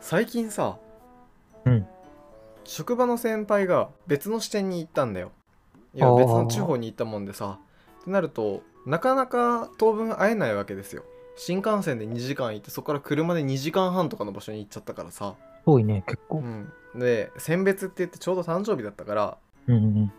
最近さうん職場の先輩が別の支店に行ったんだよいやあー別の地方に行ったもんでさってなるとなかなか当分会えないわけですよ新幹線で2時間行ってそこから車で2時間半とかの場所に行っちゃったからさ、遠いね、結う構。ん、で選別って言ってちょうど誕生日だったからうんうんうん。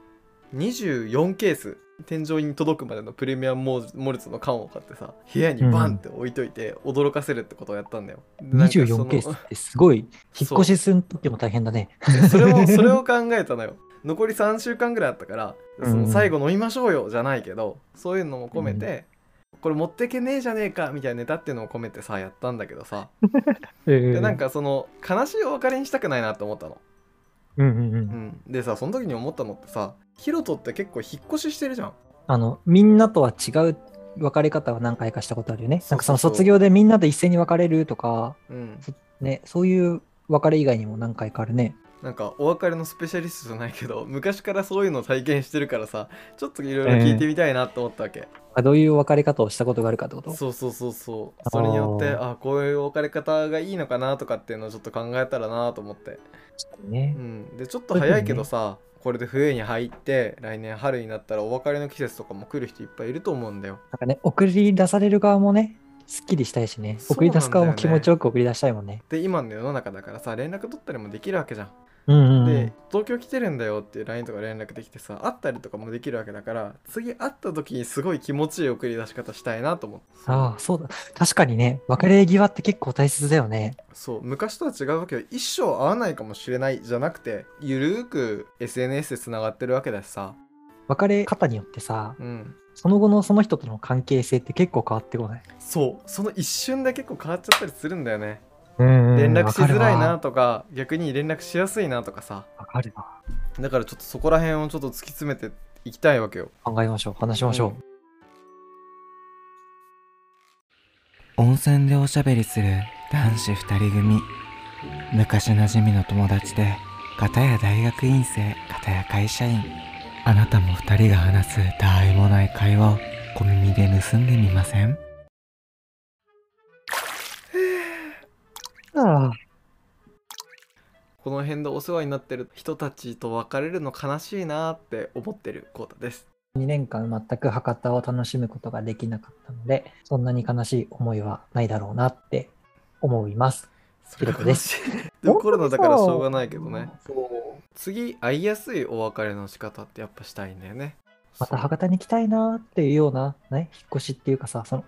24ケース天井に届くまでのプレミアムモルモルツの缶を買ってさ部屋にバンって置いといて驚かせるってことをやったんだよ、なんかその24ケースってす ごい、引っ越しすんときも大変だね。それをそれを考えたのよ残り3週間ぐらいあったから、うんその最後飲みましょうよじゃないけどそういうのも込めて、これ持ってけねえじゃねえかみたいなネタっていうのを込めてさやったんだけどさ、ででなん、かその悲しいお別れにしたくないなって思ったの、うんうんう。うんん、でさその時に思ったのってさヒロトって結構引っ越ししてるじゃんあの、みんなとは違う別れ方は何回かしたことあるよね。そなうんそうそかそうの卒業でみんなで一斉に別れるとか、うん、ね、そういう別れ以外にも何回かあるね。なんかお別れのスペシャリストじゃないけど昔からそういうのを体験してるからさちょっといろいろ聞いてみたいなって思ったわけ、あどういう別れ方をしたことがあるかってことそうそうそうそうあーそれによってあこういう別れ方がいいのかなとかっていうのをちょっと考えたらなと思って、ねう。ん、でちょっと早いけどさこれで冬に入って来年春になったらお別れの季節とかも来る人いっぱいいると思うんだよなんかね、送り出される側もね、すっきりしたいしね、そう送り出す側なもんだよ気ね持ちよく送り出したいもんね。で今の世の中だからさ連絡取ったりもできるわけじゃん、うんうんうでん。東京来てるんだよって LINE とか連絡できてさ会ったりとかもできるわけだから次会った時にすごい気持ちいい送り出し方したいなと思ってああ、そうだ。確かにね、別れ際って結構大切だよね。そう昔とは違うわけよ一生会わないかもしれないじゃなくてゆるーく SNS でつながってるわけだしさ別れ方によってさ、うんその後のその人との関係性って結構変わってこない。そうその一瞬で結構変わっちゃったりするんだよねうん連絡しづらいなわとか逆に連絡しやすいなとかさかるわ。だからちょっとそこら辺をちょっと突き詰めていきたいわけよ考えましょう。話しましょう。温泉でおしゃべりする男子二人組昔なじみの友達で片や大学院生片や会社員あなたも二人が話すたわいもない会話を小耳で盗んでみませんああ、この辺でお世話になってる人たちと別れるの悲しいなーって思ってるコータです2年間全く博多を楽しむことができなかったので、そんなに悲しい思いはないだろうなって思います。それひろがこで悲すしい でもコロナだからしょうがないけどねそう。次会いやすいお別れの仕方ってやっぱしたいんだよねまそたう博多に来たいなっていうような、ね、引っ越しっていうかさ、その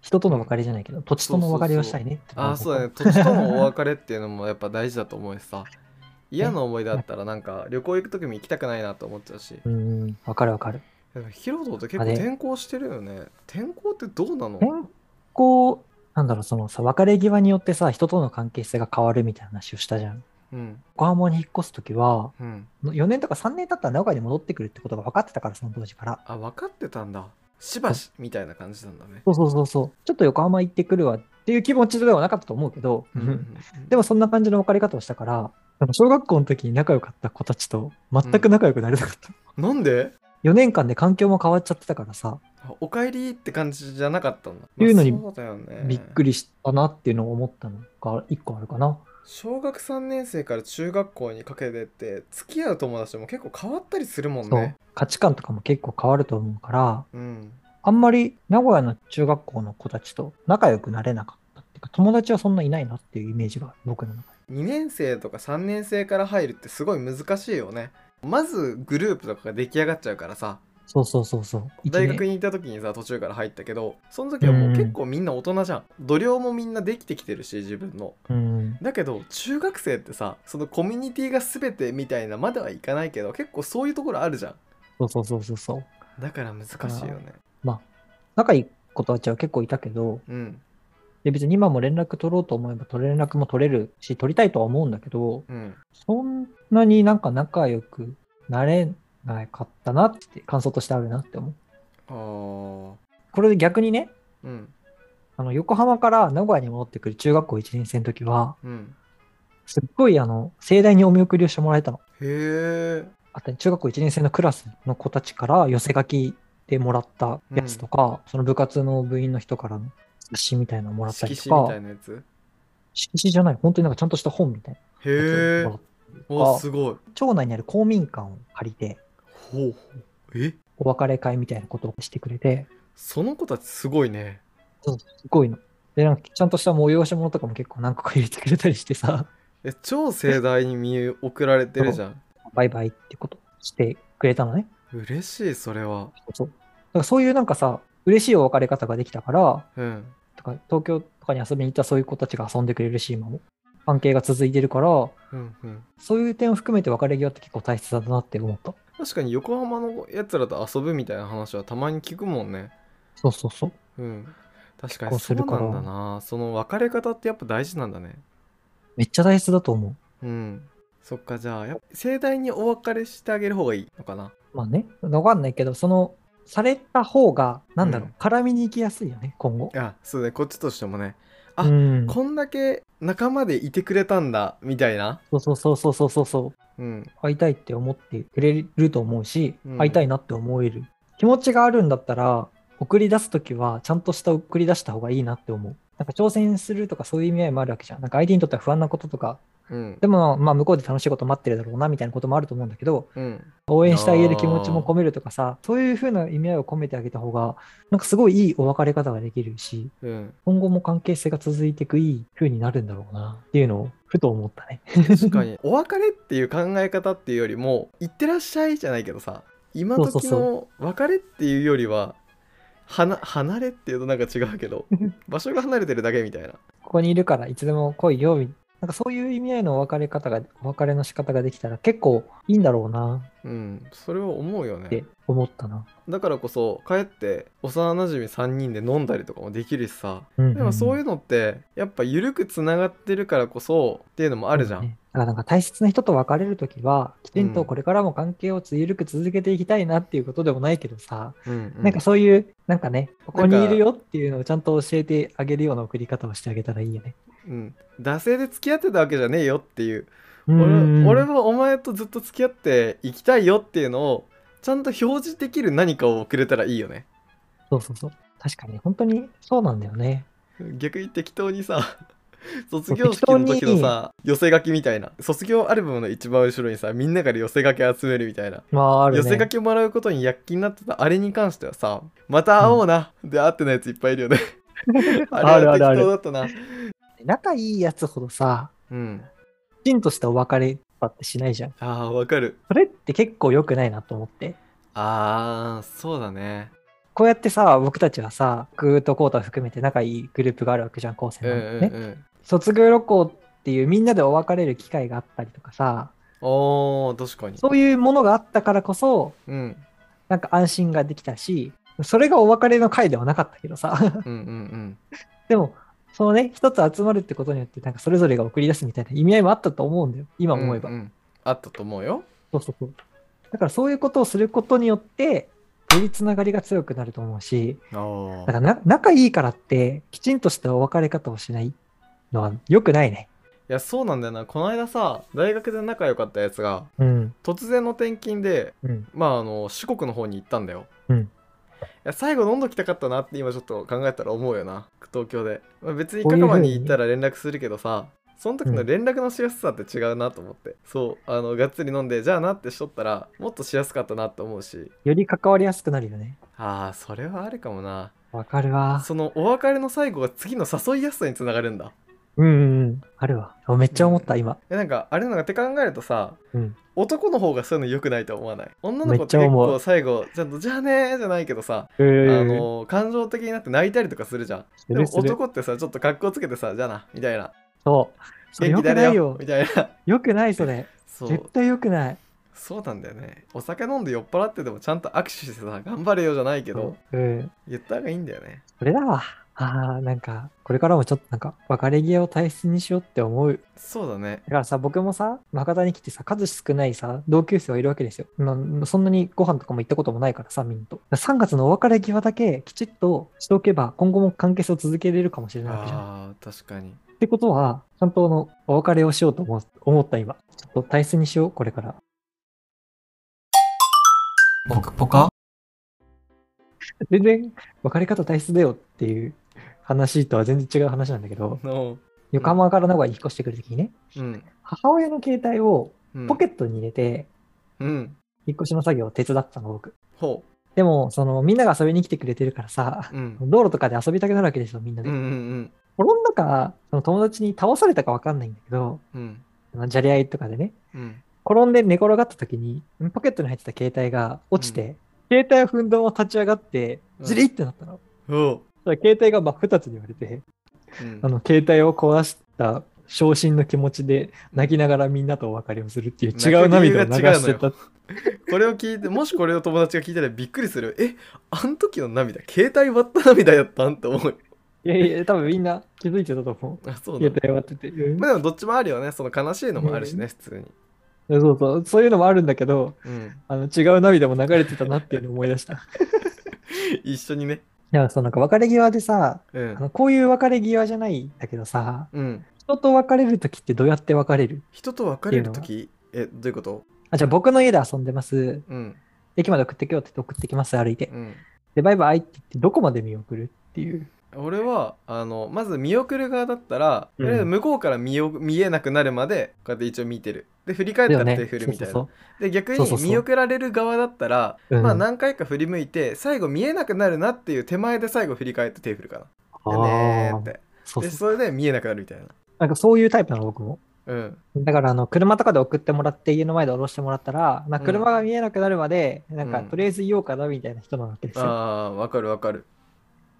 人との別れじゃないけど、土地との別れをしたいねってあーそうだね土地とのお別れっていうのもやっぱ大事だと思うしさ嫌な思い出あったらなんか旅行行く時も行きたくないなと思っちゃうしうん、わかるわかる。でもヒロトって結構あれ転校してるよね転校ってどうなの変更、なんだろう、そのさ、別れ際によってさ、人との関係性が変わるみたいな話をしたじゃん。うん横浜に引っ越すときは、うん4年とか3年経ったら名古屋に戻ってくるってことが分かってたから、その当時から。あ分かってたんだしばしみたいな感じなんだねそうそうそうそう。ちょっと横浜行ってくるわっていう気持ちではなかったと思うけど、でももそんな感じの別れ方をしたから、あの小学校の時に仲良かった子たちと全く仲良くなれなかった。なんで 4年間で環境も変わっちゃってたからさ、あおかえりって感じじゃなかったんだいうのにまあそうだよねびっくりしたなっていうのを思ったのが1個あるかな。小学3年生から中学校にかけてって付き合う友達も結構変わったりするもんそうね価値観とかも結構変わると思うから、うんあんまり名古屋の中学校の子たちと仲良くなれなかったっていうか、友達はそんないないなっていうイメージが僕の中で。 2年生とか3年生から入るってすごい難しいよねまずグループとかが出来上がっちゃうからさそうそうそうそう。一大年学に行った時にさ途中から入ったけどその時はもううん結構みんな大人じゃん度量もみんなできてきてるし自分のうん。だけど中学生ってさそのコミュニティが全てみたいなまではいかないけど結構そういうところあるじゃんそうそうそうそうそう。だから難しいよねまあ、仲いい子たちは結構いたけど、うんで別に今も連絡取ろうと思えば取れ連絡も取れるし、取りたいとは思うんだけど、うんそんなになんか仲良くなれなかったなって感想としてあるなって思う。あーこれで逆にね、うんあの横浜から名古屋に戻ってくる中学校1年生の時は、うんすっごいあの盛大にお見送りをしてもらえたの。へえあとね中学校1年生のクラスの子たちから寄せ書きでもらったやつとか、その部活の部員の人からの冊子みたいなのもらったり色と紙みかたい、なやつ色紙じゃない、本当になんかちゃんとした本みたいな。へえやつをもらっておすごい町内にある公民館を借りて、ほうほうえお別れ会みたいなことをしてくれて、その子たちすごいねすごいの。で、なんかちゃんとした催し物とかも結構何個か入れてくれたりしてさ、 え超盛大に見送られてるじゃんバイバイってことしてくれたのね。嬉しいそれはそう。だからそういうなんかさ、嬉しいお別れ方ができたから、うんとか東京とかに遊びに行ったそういう子たちが遊んでくれるし、今も。関係が続いてるから、うんうんそういう点を含めて別れ際って結構大切だなって思った。確かに横浜のやつらと遊ぶみたいな話はたまに聞くもんねそうそうそうう。ん確かこにうそすうるからなんだなその別れ方ってやっぱ大事なんだねめっちゃ大切だと思うんそっかじゃあやっぱ盛大にお別れしてあげる方がいいのかなう。まあね、わかんないけど、その、された方が、なんだろう、うん絡みに行きやすいよね、今後。あそうねこっちとしてもねあうん、こんだけ仲間でいてくれたんだみたいなそうそうそうそうそうそう。うん会いたいって思ってくれると思うし、うん会いたいなって思える気持ちがあるんだったら送り出す時はちゃんとした送り出した方がいいなって思うなんか挑戦するとかそういう意味合いもあるわけじゃんなんか相手にとっては不安なこととかうんでもまあ向こうで楽しいこと待ってるだろうなみたいなこともあると思うんだけどうん応援してあげる気持ちも込めるとかさそういう風な意味合いを込めてあげた方がなんかすごいいいお別れ方ができるし うん今後も関係性が続いていくいい風になるんだろうなっていうのをふと思ったね確かにお別れっていう考え方っていうよりも「いってらっしゃい」じゃないけどさ今そう時そうの別れっていうよりははな離れっていうとなんか違うけ ど場所が離れてるだけみたいなここにいるからいつでも来いよ、みなんかそういう意味合いのお別れ方が、お別れの仕方ができたら結構いいんだろうなうんそれは思うよってね思ったな。だからこそ帰って幼馴染3人で飲んだりとかもできるしさででもそういううのってやっぱ緩くつながってるからこそっていうのもああるじゃん、だからなんか大切な人と別れるときは、きちんとこれからも関係を緩く続けていきたいなっていうことでもないけどさ、うんうんなんかそういう、なんかね、ここになんいかるよっていうのをちゃんと教えてあげるような送り方をしてあげたらいいよね。うん、惰性で付き合ってたわけじゃねえよっていううん俺俺はお前とずっと付き合っていきたいよっていうのをちゃんと表示できる何かをくれたらいいよねそうそうそう。確かに、本当にそうなんだよね。逆に適当にさ 卒う業式の時適当のにさ寄せ書きみたいな卒業アルバムの一番後ろにさみんなから寄せ書き集めるみたいな、まあ、ある寄ね。せ書きもらうことに躍起になってたあれに関してはさまた会おうな、で会ってないやついっぱいいるよねあれは あるあるある適当だったな仲いいやつほどさ、うんきちんとしたお別れだってしないじゃん。あーわかるそれって結構良くないなと思って。あーそうだねこうやってさ、僕たちはさ、僕とコータ含めて仲いいグループがあるわけじゃん、高専うのんね、うんうん卒業旅行っていうみんなでお別れる機会があったりとかさ、おー確かにそういうものがあったからこそ、うんなんか安心ができたし、それがお別れの会ではなかったけどさ、 うんうんうんでも、そのね、一つ集まるってことによって、なんかそれぞれが送り出すみたいな意味合いもあったと思うんだよ、今思えば。うんうんあったと思うよそうそうそう。だからそういうことをすることによって、よりつながりが強くなると思うし、あだ からな仲いいからってきちんとしたお別れ方をしないのは良くないね。いやそうなんだよなこの間さ大学で仲良かったやつがうん。突然の転勤でうん。まああの四国の方に行ったんだよ、うんいや最後飲んどきたかったなって今ちょっと考えたら思うよな東京で、まあ、別にこ香ういう風に川に行ったら連絡するけどさその時の連絡のしやすさって違うなと思って、そうあのがっつり飲んでじゃあなってしとったらもっとしやすかったなと思うしより関わりやすくなるよね。あーそれはあるかもなわかるわ。そのお別れの最後が次の誘いやすさにつながるんだうんうんうん。あるわ。めっちゃ思った、今。えなんかあれなんかって考えるとさ、うん男の方がそういうの良くないと思わない女の子めっっちてゃ結思う構最後ちゃんと「じゃあね」じゃないけどさ、えあの感情的になって泣いたりとかするじゃんすでるもする男ってさちょっと格好つけてさ「じゃあな」みたいなそう。 「それ元気良くだないねよよ」。みたいな 良くない、それ。そ絶う対良くない。そうなんだよねお酒飲んで酔っ払っててもちゃんと握手してさ「頑張れよ」じゃないけどうん。言った方がいいんだよねそれだわ。ああ、なんか、これからもちょっとなんか、別れ際を大切にしようって思う。そうだねだからさ、僕もさ、博多に来てさ、数少ないさ、同級生がいるわけですよ。まあそんなにご飯とかも行ったこともないからさ、みんなと。3月のお別れ際だけきちっとしておけば、今後も関係性を続けれるかもしれないわけじゃん。っあー確かにてことは、ちゃんとあのお別れをしようと思う思った今。ちょっと大切にしよう、これから。ぽかぽか全然、別れ方大切だよっていう話とは全然違う話なんだけど、の横浜から名古屋に引っ越してくるときにね、うん母親の携帯をうんポケットに入れて、うん引っ越しの作業を手伝ってたの、僕。ほでも、その、みんなが遊びに来てくれてるからさう、うん道路とかで遊びたくなるわけですよ、みんなうんうんで。うん転んだか、その友達に倒されたかわかんないんだけど、うんあのじゃれ合いとかでね、うん転んで寝転がった時に、ポケットに入ってた携帯が落ちて、携帯を踏んだまま立ち上がって、うんジリってなったの。ほそしたら携帯が真っ二つに割れて、ううんあの、携帯を壊した昇進の気持ちで泣きながらみんなとお別れをするっていう泣く違う涙を流理由が違うのしてよた。これを聞いてもしこれを友達が聞いたらびっくりするえあん時の涙携帯割った涙やったんって思ういやいや、多分みんな気づいてたと思う。あそうだ携帯終わってて。うんまあでもどっちもあるよねその悲しいのもあるしね普通にそうそう、そういうのもあるんだけど、うんあの違う涙も流れてたなっていうのを思い出 した。い一緒にねや、そうなんか別れ際でさ、うあんのこういう別れ際じゃないんだけどさ、うん人と別れるときってどうやって別れる人と別れる時えどういうことあ、じゃあ僕の家で遊んでます。うん駅まで送ってきようって言って送ってきます、歩いてう。んで、バイバイって言って、どこまで見送るっていう。俺はあのまず見送る側だったら、うんとりあえず向こうから見よ見えなくなるまでこうやって一応見てるで振り返っだたらよね。手振るそうみそたういそなう。で逆そうそにうそう見送られる側だったらうんまあ何回か振り向いて最後見えなくなるなっていう手前で最後振り返って手振るかなでねあーーってそうでそう。それで見えなくなるみたいななんかそういうタイプなの、僕も。うんだから、あの、車とかで送ってもらって、家の前で降ろしてもらったら、まあ、うん車が見えなくなるまで、なんか、うんとりあえず言おうかな、みたいな人なわけですあよ。あわかるわかる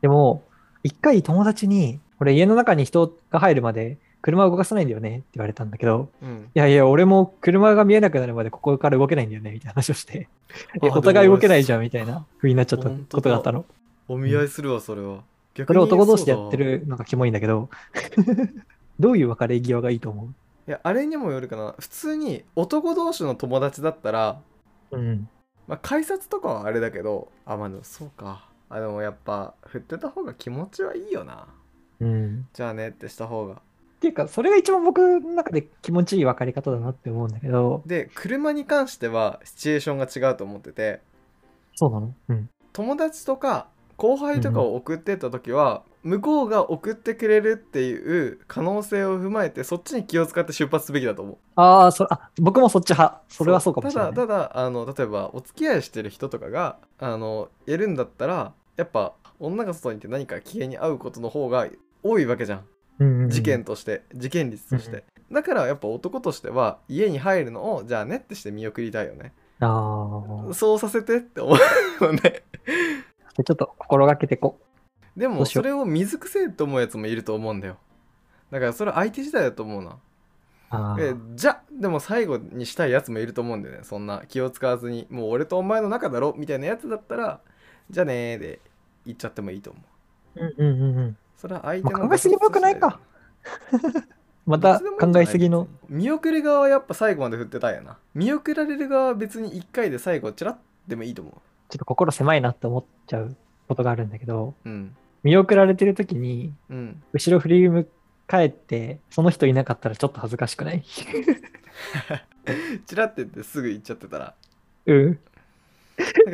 でも、一回友達に、俺家の中に人が入るまで車を動かさないんだよねって言われたんだけど、うんいやいや、俺も車が見えなくなるまでここから動けないんだよねみたいな話をして、あえお互い動けないじゃんみたいな風になっちゃった本当だことがあったの。お見合いするわそれはそ逆れに男同士でやってそうだわるのがキモいんだけど、どういう別れ際がいいと思いやあれにもよるかな普通に男同士の友達だったらううん。まあ、改札とかはあれだけどあまあでもそうかあでもやっぱ振ってた方が気持ちはいいよなうん。じゃあねってした方がっていうか、それが一番僕の中で気持ちいい別れ方だなって思うんだけど、で車に関してはシチュエーションが違うと思っててそうなのうん。友達とか後輩とかを送ってった時は、向こうが送ってくれるっていう可能性を踏まえてそっちに気を使って出発すべきだと思うああ、そあ、僕もそっち派。それはそうかもしれない。ただただあの例えばお付き合いしてる人とかがあのやるんだったらやっぱ女が外にいて何か危険に遭うことの方が多いわけじゃんうんうん事件として事件率として、だからやっぱ男としては家に入るのをじゃあねってして見送りたいよねああ。そうさせてって思うよねでちょっと心がけてこ でどもうしよそうれを水くせえと思うやつもいると思うんだよだからそれは相手次第だと思うなう。あえじゃでも最後にしたいやつもいると思うんだよねそんな気を使わずにもう俺とお前の中だろみたいなやつだったらじゃあねーで言っちゃってもいいと思ううんうんうんうん。それは相手まのあ考えすぎも良くないかどったちでもいいんじゃま考ないえすぎの。別に見送る側はやっぱ最後まで振ってたんやな見送られる側は別に1回で最後チラッでもいいと思ちょっと心狭いなって思っちゃうことがあるんだけど、ううん見送られてる時に、うん後ろ振り向かえって、その人いなかったらちょっと恥ずかしくない チラッて言ってすぐ行っちゃってたらうん。なんか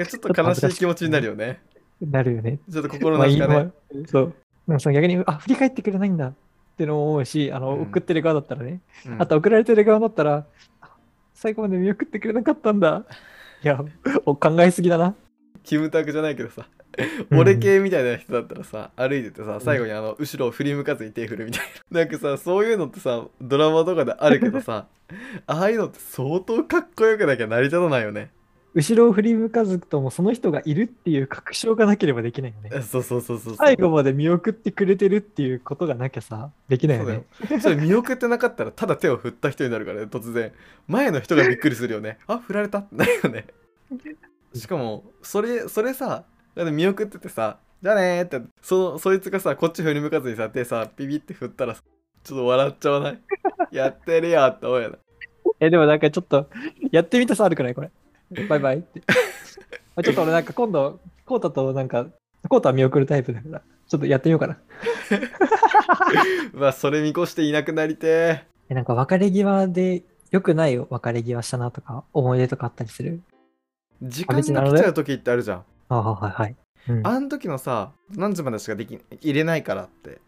ちょっと悲しい気持ちになるよねなるよね。ちょっと心なしかまあいねいまあそう。でもその逆に、あ、振り返ってくれないんだってのも思うし、あの、うん送ってる側だったらね。うんあと、送られてる側だったら、あ最後まで見送ってくれなかったんだ。いや、お考えすぎだな。キムタクじゃないけどさうん俺系みたいな人だったらさ歩いててさ最後にあの後ろを振り向かずに手振るみたいな なんかさそういうのってさドラマとかであるけど さああいうのって相当かっこよくなきゃ成り立たないよね後ろを振り向かずともその人がいるっていう確証がなければできないよね。そうそうそうそうそう最後まで見送ってくれてるっていうことがなきゃさ、できないそようだよ ね。それ見送ってなかったらただ手を振った人になるからね突然前の人がびっくりするよねあ振られたってなるよねしかもそれそれさだって見送っててさじゃあねーってそそいつがさこっち振り向かずにさ手さビビって振ったらさちょっと笑っちゃわないやってるよって思うよなえ、でもなんかちょっと、やってみたさあるくないこれ。バ イバイって。あちょっと俺なんか今度、コータとなんか、コータは見送るタイプだから、ちょっとやってみようかな。まあそれ見越していなくなりてえ、なんか別れ際で、良くない別れ際したなとか、思い出とかあったりする。ー時間が来ちゃう時ってあるじゃんああ、はいはい。うん、あん時のさ何時までしかでき入れないからって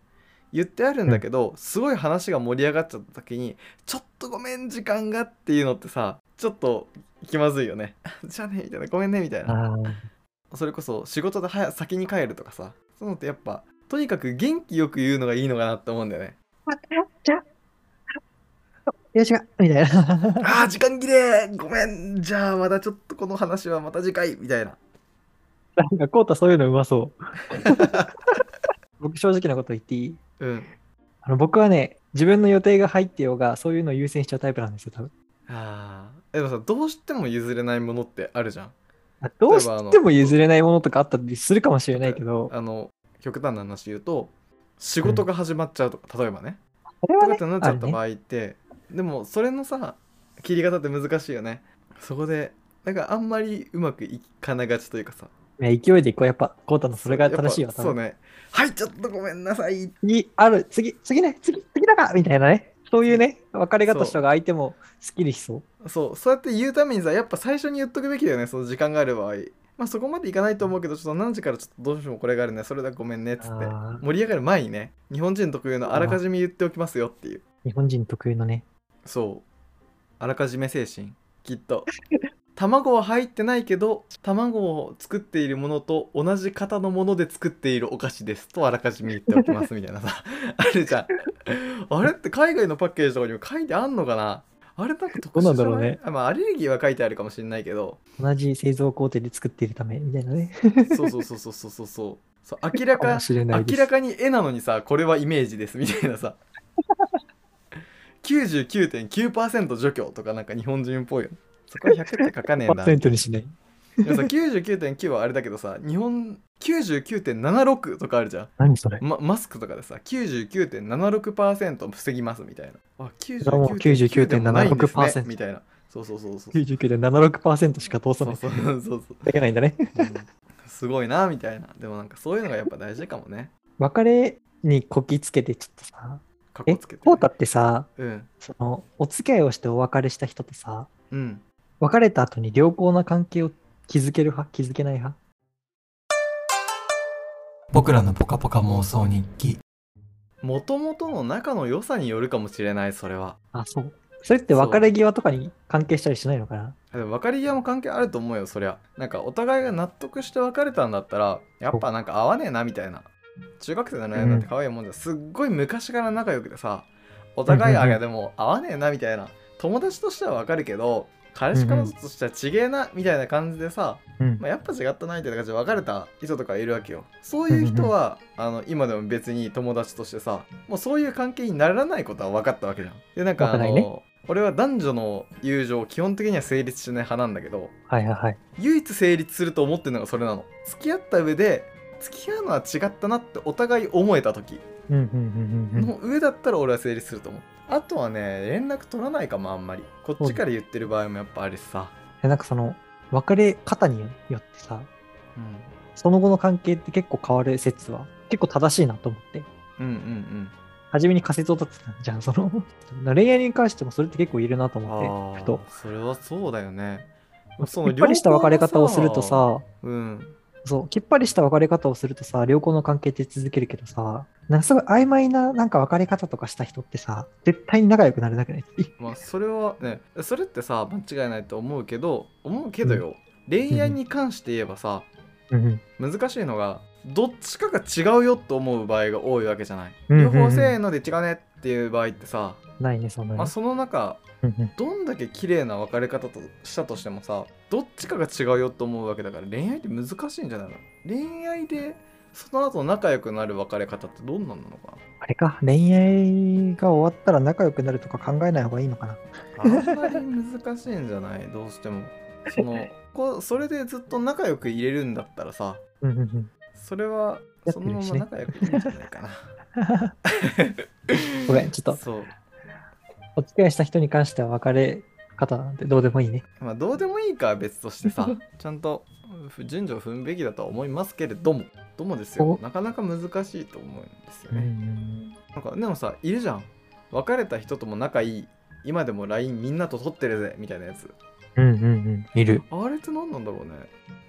言ってあるんだけど、すごい話が盛り上がっちゃった時に「ちょっとごめん時間が」っていうのってさちょっと気まずいよね 「じゃあね」みたいな「ごめんね」みたいなあーそれこそ仕事で早先に帰るとかさそういうのってやっぱとにかく元気よく言うのがいいのかなって思うんだよ ねじゃあ、よしが、みたいな。あー時間切れごめんじゃあまたちょっとこの話はまた次回みたいななんか、コータそういうのうまそう。僕、正直なこと言っていいうんあの僕はね、自分の予定が入ってようが、そういうのを優先しちゃうタイプなんですよ、多分。あーでもさどうしても譲れないものってあるじゃんあどうしても譲れないものとかあったりするかもしれないけど、あの極端な話言うと仕事が始まっちゃうとか、例えばねあれとはかねってなっちゃった場合って、でもそれのさ切り方って難しいよねそこでなんかあんまりうまくいかながちというかさね勢いでいこう、やっぱ、コータのそれが正しいやよ、っぱ多そう分。ねはいちょっとごめんなさい次、ある、次、次ね、次、次だかみたいなね。そういうね、別れ方した方が相手もスッキリしそう。そうそうやって言うためにさやっぱ最初に言っとくべきだよねその時間がある場合まあそこまでいかないと思うけどちょっと何時からちょっとどうしてもこれがあるねそれだごめんねっつってあー盛り上がる前にね日本人特有のあらかじめ言っておきますよっていう日本人特有のね。そうあらかじめ精神きっと 卵は入ってないけど卵を作っているものと同じ型のもので作っているお菓子ですとあらかじめ言っておきますみたいなさ あるじゃんあれって海外のパッケージとかにも書いてあんのかなあれなんか特殊じゃないどうなんだろうねあまあアレルギーは書いてあるかもしれないけど同じ製造工程で作っているため、みたいなね。そうそうそうそうそうそうそうそう明らかかもしれないです。明らかに絵なのにさこれはイメージですみたいなさ99.9%除去とかなんか日本人っぽいよねそこは100って書かねえなパーセントにしない。でもさ99.9はあれだけどさ日本99.76とかあるじゃん、何それま、マスクとかでさ99.76%防ぎますみたいなあれはもう99.9でもないんですね99.76%みたいなそうそうそうそうそう ?99.76% しか通そさなうい。そうそうそう、いけないんだね。 うんすごいなみたいなでもなんかそういうのがやっぱ大事かもね別れにこきつけてちょっとさ。かっえ、こつけて、コータってさ、うんその、お付き合いをしてお別れした人とさ、うん別れた後に良好な関係を築ける派築けない派僕らのポカポカ妄想日記もともとの仲の良さによるかもしれないそれはあ、そう。それって別れ際とかに関係したりしないのかなでも別れ際も関係あると思うよそりゃなんかお互いが納得して別れたんだったらやっぱなんか合わねえなみたいな中学生の恋愛なんて可愛いもんじゃんすっごい昔から仲良くてさお互いうんうんあうんいやでも合わねえなみたいな友達としてはわかるけど彼氏彼女としてはちげえなみたいな感じでさ、うんまあ、やっぱ違ったなみたいな感じで別れた人とかいるわけよそういう人 は、あの今でも別に友達としてさもうそういう関係にならないことは分かったわけじゃんでなんかあわかんなの、いね俺は男女の友情基本的には成立しない派なんだけどはいはいはい。唯一成立すると思ってるのがそれなの付き合った上で付き合うのは違ったなってお互い思えた時うんうんうんうんうん。の上だったら俺は成立すると思う、あとはね連絡取らないかもあんまりこっちから言ってる場合もやっぱあるしさ、えなんかその、別れ方によってさ、その後の関係って結構変わる説は結構正しいなと思って。うん、うんうん初めに仮説を立てたじゃん、その。 恋愛に関してもそれって結構いるなとうん思っーて、ふと。それはそうだよねきっぱりした別れ方をするとさ、うんそう、きっぱりした別れ方をするとさ、良好の関係って続けるけどさ、なんかすごい曖昧ななんか別れ方とかした人ってさ、絶対に仲良くなれなくないまあそれはねそれってさ間違いないと思うけど思うけどよ、恋愛に関して言えばさうんうん。難しいのがどっちかが違うよと思う場合が多いわけじゃない、うんうんうん両方せーので違うねっていう場合ってさ、ないね、そんなまあ、に。その中うんうんどんだけ綺麗な別れ方としたとしてもさどっちかが違うよと思うわけだから恋愛って難しいんじゃないの恋愛でその後仲良くなる別れ方ってどんなんなのかあれか、恋愛が終わったら仲良くなるとか考えない方がいいのかな。なあんまり難しいんじゃない どうしてもそ のこうそれでずっと仲良く入れるんだったらさうんうんうん。それはやっそてのるましまね仲良くいいんじゃないかなごめん、ちょっ と、そうお付き合いした人に関しては別れ方なんてどうでもいいね。まあどうでもいいかは別としてさ ちゃんとふ順序を踏むべきだとは思いますけれどもどうもですよおなかなか難しいと思うんですようんうね、んなんかでもさいるじゃん別れた人とも仲いい今でも LINE みんなと取ってるぜみたいなやつうんうんうん。いる。あれって何なんだろうね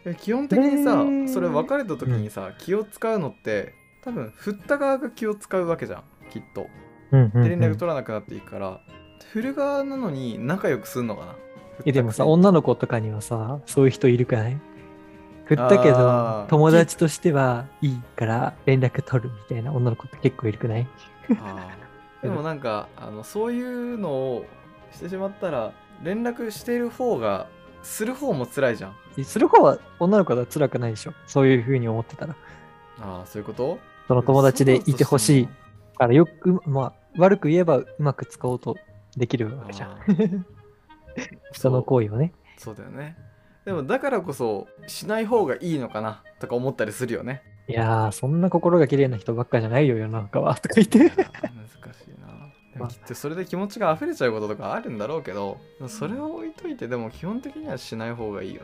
え基本的にさ、ねーそれ別れた時にさ気を使うのって多分振った側が気を使うわけじゃんきっとうんうん、うで連絡ん。取らなくなっていくから、振る側なのに仲良くすんのかなえ、でもさ、振っ女の子とかにはさ、そういう人いるかい振ったけあどー、友達としてはいいから連絡取るみたいな女の子って結構いるくないたくせにあー でもなんかあのそういうのをしてしまったら連絡している方がする方も辛いじゃんする方は女の子は辛くないでしょ。そういうふうに思ってたら。ああそういうことその友達でいてほしいから、よく、まあ、悪く言えばうまく使おうとできるわけじゃん。 ん人の行為をね。そうだよねでもだからこそしない方がいいのかなとか思ったりするよねいやー、そんな心が綺麗な人ばっかじゃないよ、世の中は。とか言っいや て。ー難しいなでもきっとそれで気持ちが溢れちゃうこととかあるんだろうけどそれを置いといてでも基本的にはしない方がいいよ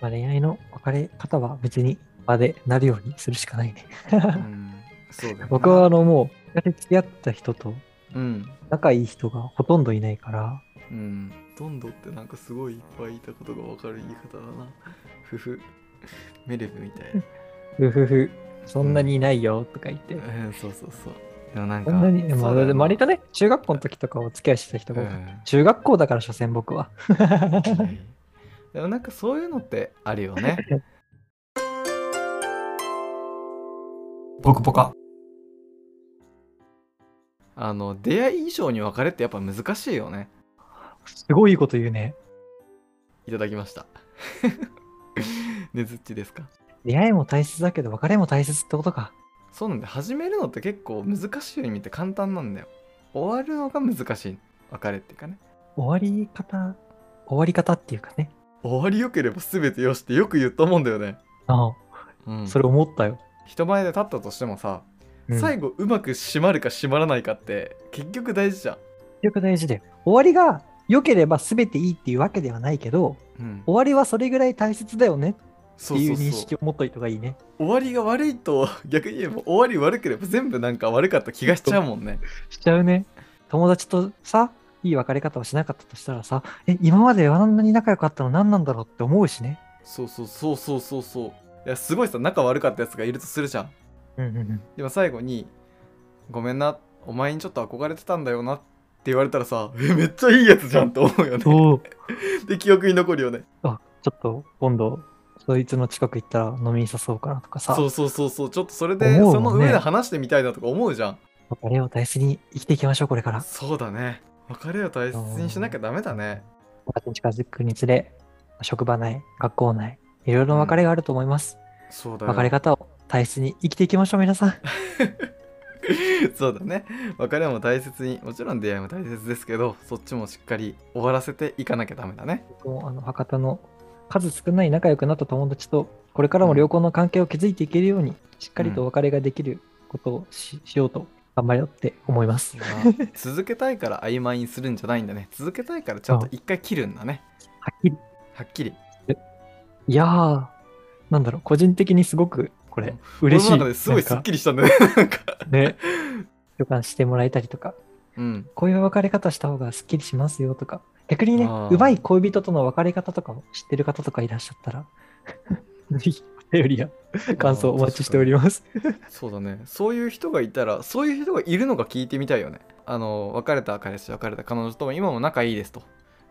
まあ、恋愛の別れ方は別に場でなるようにするしかないね。なうんそうだよな僕は、あの、もう、昔付き合った人とうん仲いい人がほとんどいないから、うんどんどんってなんかすごいいっぱいいたことがわかる言い方だなふふメレブみたいなふふふ、そんなにいないよ、とか言って。うんそうそうそうでもなんそかんなに、そうだまあ、よな割とね、中学校の時とかお付き合いしてた人うが多かった、ん中学校だから、所詮僕は。でもなんかそういうのってあるよね。ポカポカあの出会い以上に別れってやっぱ難しいよね。すごいいいこと言うね。いただきました。 ねずっちですか出会いも大切だけど、別れも大切ってことか。そうなんで始めるのって結構難しいように見て簡単なんだよ。終わるのが難しい。別れっていうかね。終わり方、終わり方っていうかね。終わりよければ全てよしってよく言うと思うんだよね。ああ、うん、それ思ったよ。人前で立ったとしてもさ、うん最後うまく締まるか締まらないかって結局大事じゃん。結局大事だよ。終わりが良ければ全ていいっていうわけではないけど、うん、終わりはそれぐらい大切だよねってそういそううそう認識を持っといた方がいいね。終わりが悪いと逆に言えば終わり悪ければ全部なんか悪かった気がしちゃうもんねしちゃうね。友達とさ、いい別れ方をしなかったとしたらさ、え、今まであんなに仲良かったの何なんだろうって思うしね。そうそうそうそうそうそういやすごいさ仲悪かったやつがいるとするじゃんうんうんうん。でも最後に「ごめんなお前にちょっと憧れてたんだよな」って言われたらさ えめっちゃいいやつじゃんと思うよねそう。で記憶に残るよねあ、ちょっと今度、そいつの近く行ったら飲みに誘おうかなとかさ。そうそうそうそうちょっとそれで思うもんねその上で話してみたいなとか思うじゃん別れを大切に生きていきましょう、これから。そうだね別れを大切にしなきゃダメだね友達に近づくにつれ、職場内、学校内、いろいろな別れがあると思います。そうだ別れよ方を大切に生きていきましょう、皆さん。 そうだね別れも大切にもちろん出会いも大切ですけどそっちもしっかり終わらせていかなきゃダメだね僕もあの博多の数少ない仲良くなった友達と、これからも良好な関係を築いていけるように、しっかりとお別れができることをししようと頑張ろうって思います。まあ続けたいから曖昧にするんじゃないんだね続けたいからちゃんと一回切るんだねはっきり。はっきりいやー、なんだろう、個人的にすごくうこれん、嬉しい。俺の中ですごいすっきりしたんだよねなんかね。共感してもらえたりとか、うんこういう別れ方した方がすっきりしますよとか、逆にねあ、ーうまい恋人との別れ方とかを知ってる方とかいらっしゃっ たら、ぜひ、お便りや感想お待ちしております。そうだねそういう人がいたらそういう人がいるのか聞いてみたいよねあの別れた彼氏別れた彼女とも今も仲いいですと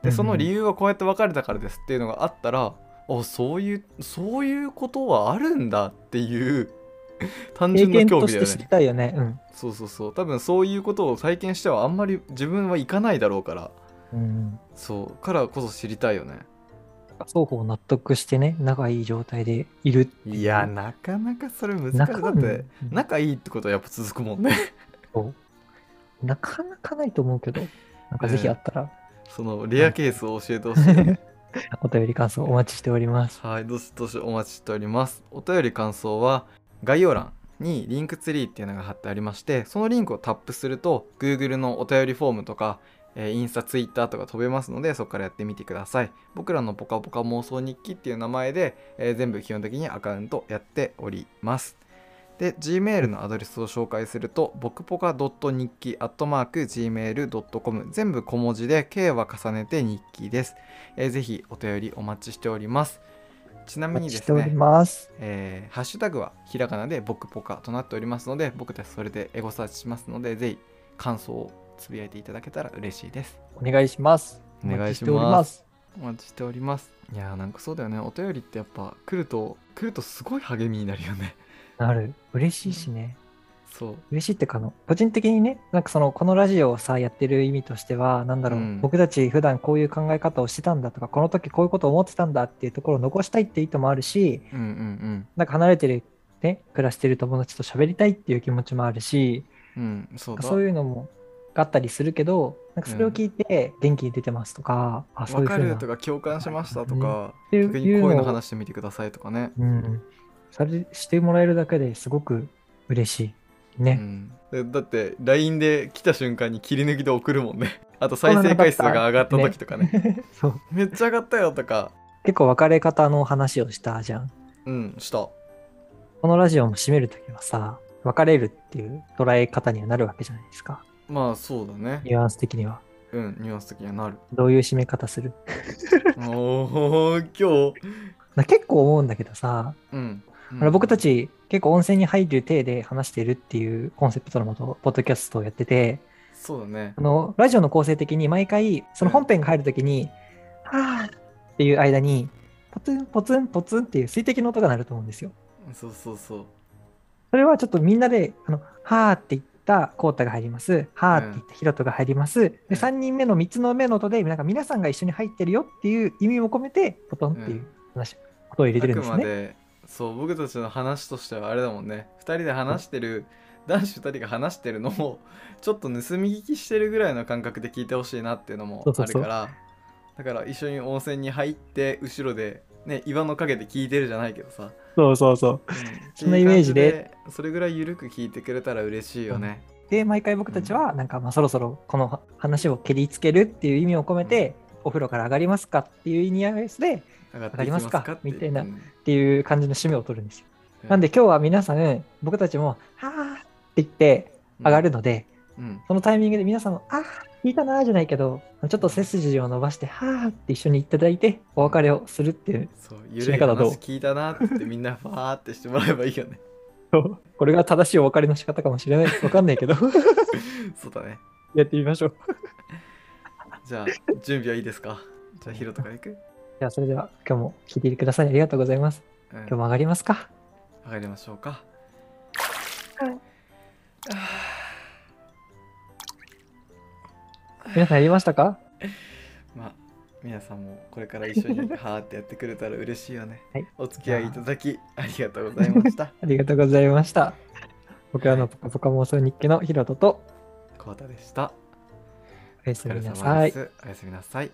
でその理由由はこうやって別れたからですっていうのがあったらあそういうそういうことはあるんだっていう 単経純な験興と味だしてよ知りねたいよね。うんそうそうそう多分そういうことを体験してはあんまり自分はいかないだろうからうん。そうからこそ知りたいよね双方納得してね、仲いい状態でいる。いやなかなかそれ難しいだっ仲て仲いいってことはやっぱ続くもんねなかなかないと思うけど、なんかぜひあったら、そのレアケースを教えてほしいよねお便り感想お待ちしております。はいどしどしお待ちしておりますお便り感想は概要欄にリンクツリーっていうのが貼ってありましてそのリンクをタップすると Google のお便りフォームとか、えーインスタツイッターとか飛べますのでそこからやってみてください僕らの「ぽかぽか妄想日記」っていう名前で、えー全部基本的にアカウントやっておりますで Gmail のアドレスを紹介すると僕ぽか日記 gmail.com 全部小文字で K は重ねて日記です、えーぜひお便りお待ちしておりますちなおみ待にちでしてすおりね、ます。えーハッシュタグはひらがなで僕ポカとなっておりますので、僕たちそれでエゴサーチしますので、ぜひ感想をつぶやいていただけたら嬉しいです。お願いします。お願いしますお待ちております。お待ちしております。いやーなんかそうだよね、お便りってやっぱ来ると、来るとすごい励みになるよね。なる。嬉しいしね。そう。嬉しいってかあの、個人的にね、なんかその、このラジオをさ、やってる意味としては、なんだろう、うん僕たち普段こういう考え方をしてたんだとか、この時こういうことを思ってたんだっていうところを残したいって意図もあるし、うんうんなんか離れてる、ね、暮らしてる友達と喋りたいっていう気持ちもあるし、うん。うん、そうだ。そういうのもあったりするけど、なんかそれを聞いて元気に出てますとか、あ、そうわいうふかうな。るとか共感しましたとか、ってい逆にこういううののを話してみてくださいとかね。うん。それしてもらえるだけですごく嬉しい。うね。ん、でだって LINE で来た瞬間に切り抜きで送るもんね。 あと再生回数が上がった時とかね。そう。 めっちゃ上がったよとか。結構別れ方の話をしたじゃん。うん、した。このラジオも締めるときはさ、別れるっていう捉え方にはなるわけじゃないですか。まあそうだね。ニュアンス的には。うん、ニュアンス的にはなる。 どういう締め方するおー、今日。な結構思うんだけどさ、うん。あの僕た、ち結構温泉に入る体で話してるっていうコンセプトのもと、ポッドキャストをやってて、そうだねあ。の、ラジオの構成的に毎回、その本編が入るときに、はぁっていう間に、ポツンポツンポツンっていう水滴の音が鳴ると思うんですよ。そうそうそう。それはちょっとみんなで、あの、はぁって言ったコータが入ります。はぁって言ったヒロトが入ります。で、うん3人目の3つの目の音で、なんか皆さんが一緒に入ってるよっていう意味も込めて、ポトンっていう話、音を入れてるんあでくすまね。で、そう、僕たちの話としてはあれだもんね。2人で話してる、男子2人が話してるのを、 ちょっと盗み聞きしてるぐらいの感覚で聞いてほしいなっていうのもそうあそうるそうから、だから一緒に温泉に入って、後ろで、ね、岩の陰で聞いてるじゃないけどさ。そうそうそう。うんそんなイメージでいい感じそれぐらい緩く聞いてくれたら嬉しいよね。で、毎回僕たちは、なんか、まあ、そろそろこの話を蹴りつけるっていう意味を込めて、お風呂から上がりますかっていう意味合いで、上がっ上がりますかってうみたいなうんっていう感じの締めを取るんですよ。なんで今日は皆さん、僕たちも、はーって言って上がるので、うん、そのタイミングで皆さんも、あー、聞いたなーじゃないけど、ちょっと背筋を伸ばして、はーって一緒にいただいて、お別れをするっていう、そう、め緩い方どう話聞いたなって言ってみんなファーってしてもらえばいいよね。これが正しいお別れの仕方かもしれない。わかんないけど、 そうだね。やってみましょう。じゃあ、準備はいいですか じゃあ、ヒロとから行く、じゃあ、それでは今日も聞いてください。ありがとうございます。うん、今日も上がりますか上がりましょうか。皆さんやりましたかまあ、皆さんもこれから一緒にはーってやってくれたら嬉しいよね。はいお付き合いいただきありがとうございま した。ありがとうございました。僕はあの、ぽかぽか妄想日記のひろとと、コウタでした。おやおす疲みれ様なさいで。す。おやすみなさい。